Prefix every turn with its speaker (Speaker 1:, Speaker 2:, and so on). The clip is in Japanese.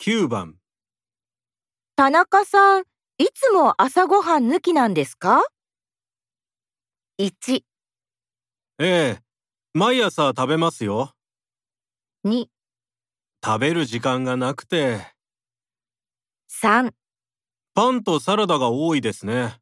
Speaker 1: 9番、
Speaker 2: 田中さん、いつも朝ごはん抜きなんですか ?1、
Speaker 1: ええ、毎朝食べますよ。
Speaker 2: 2、
Speaker 1: 食べる時間がなくて、
Speaker 2: 3
Speaker 1: パンとサラダが多いですね。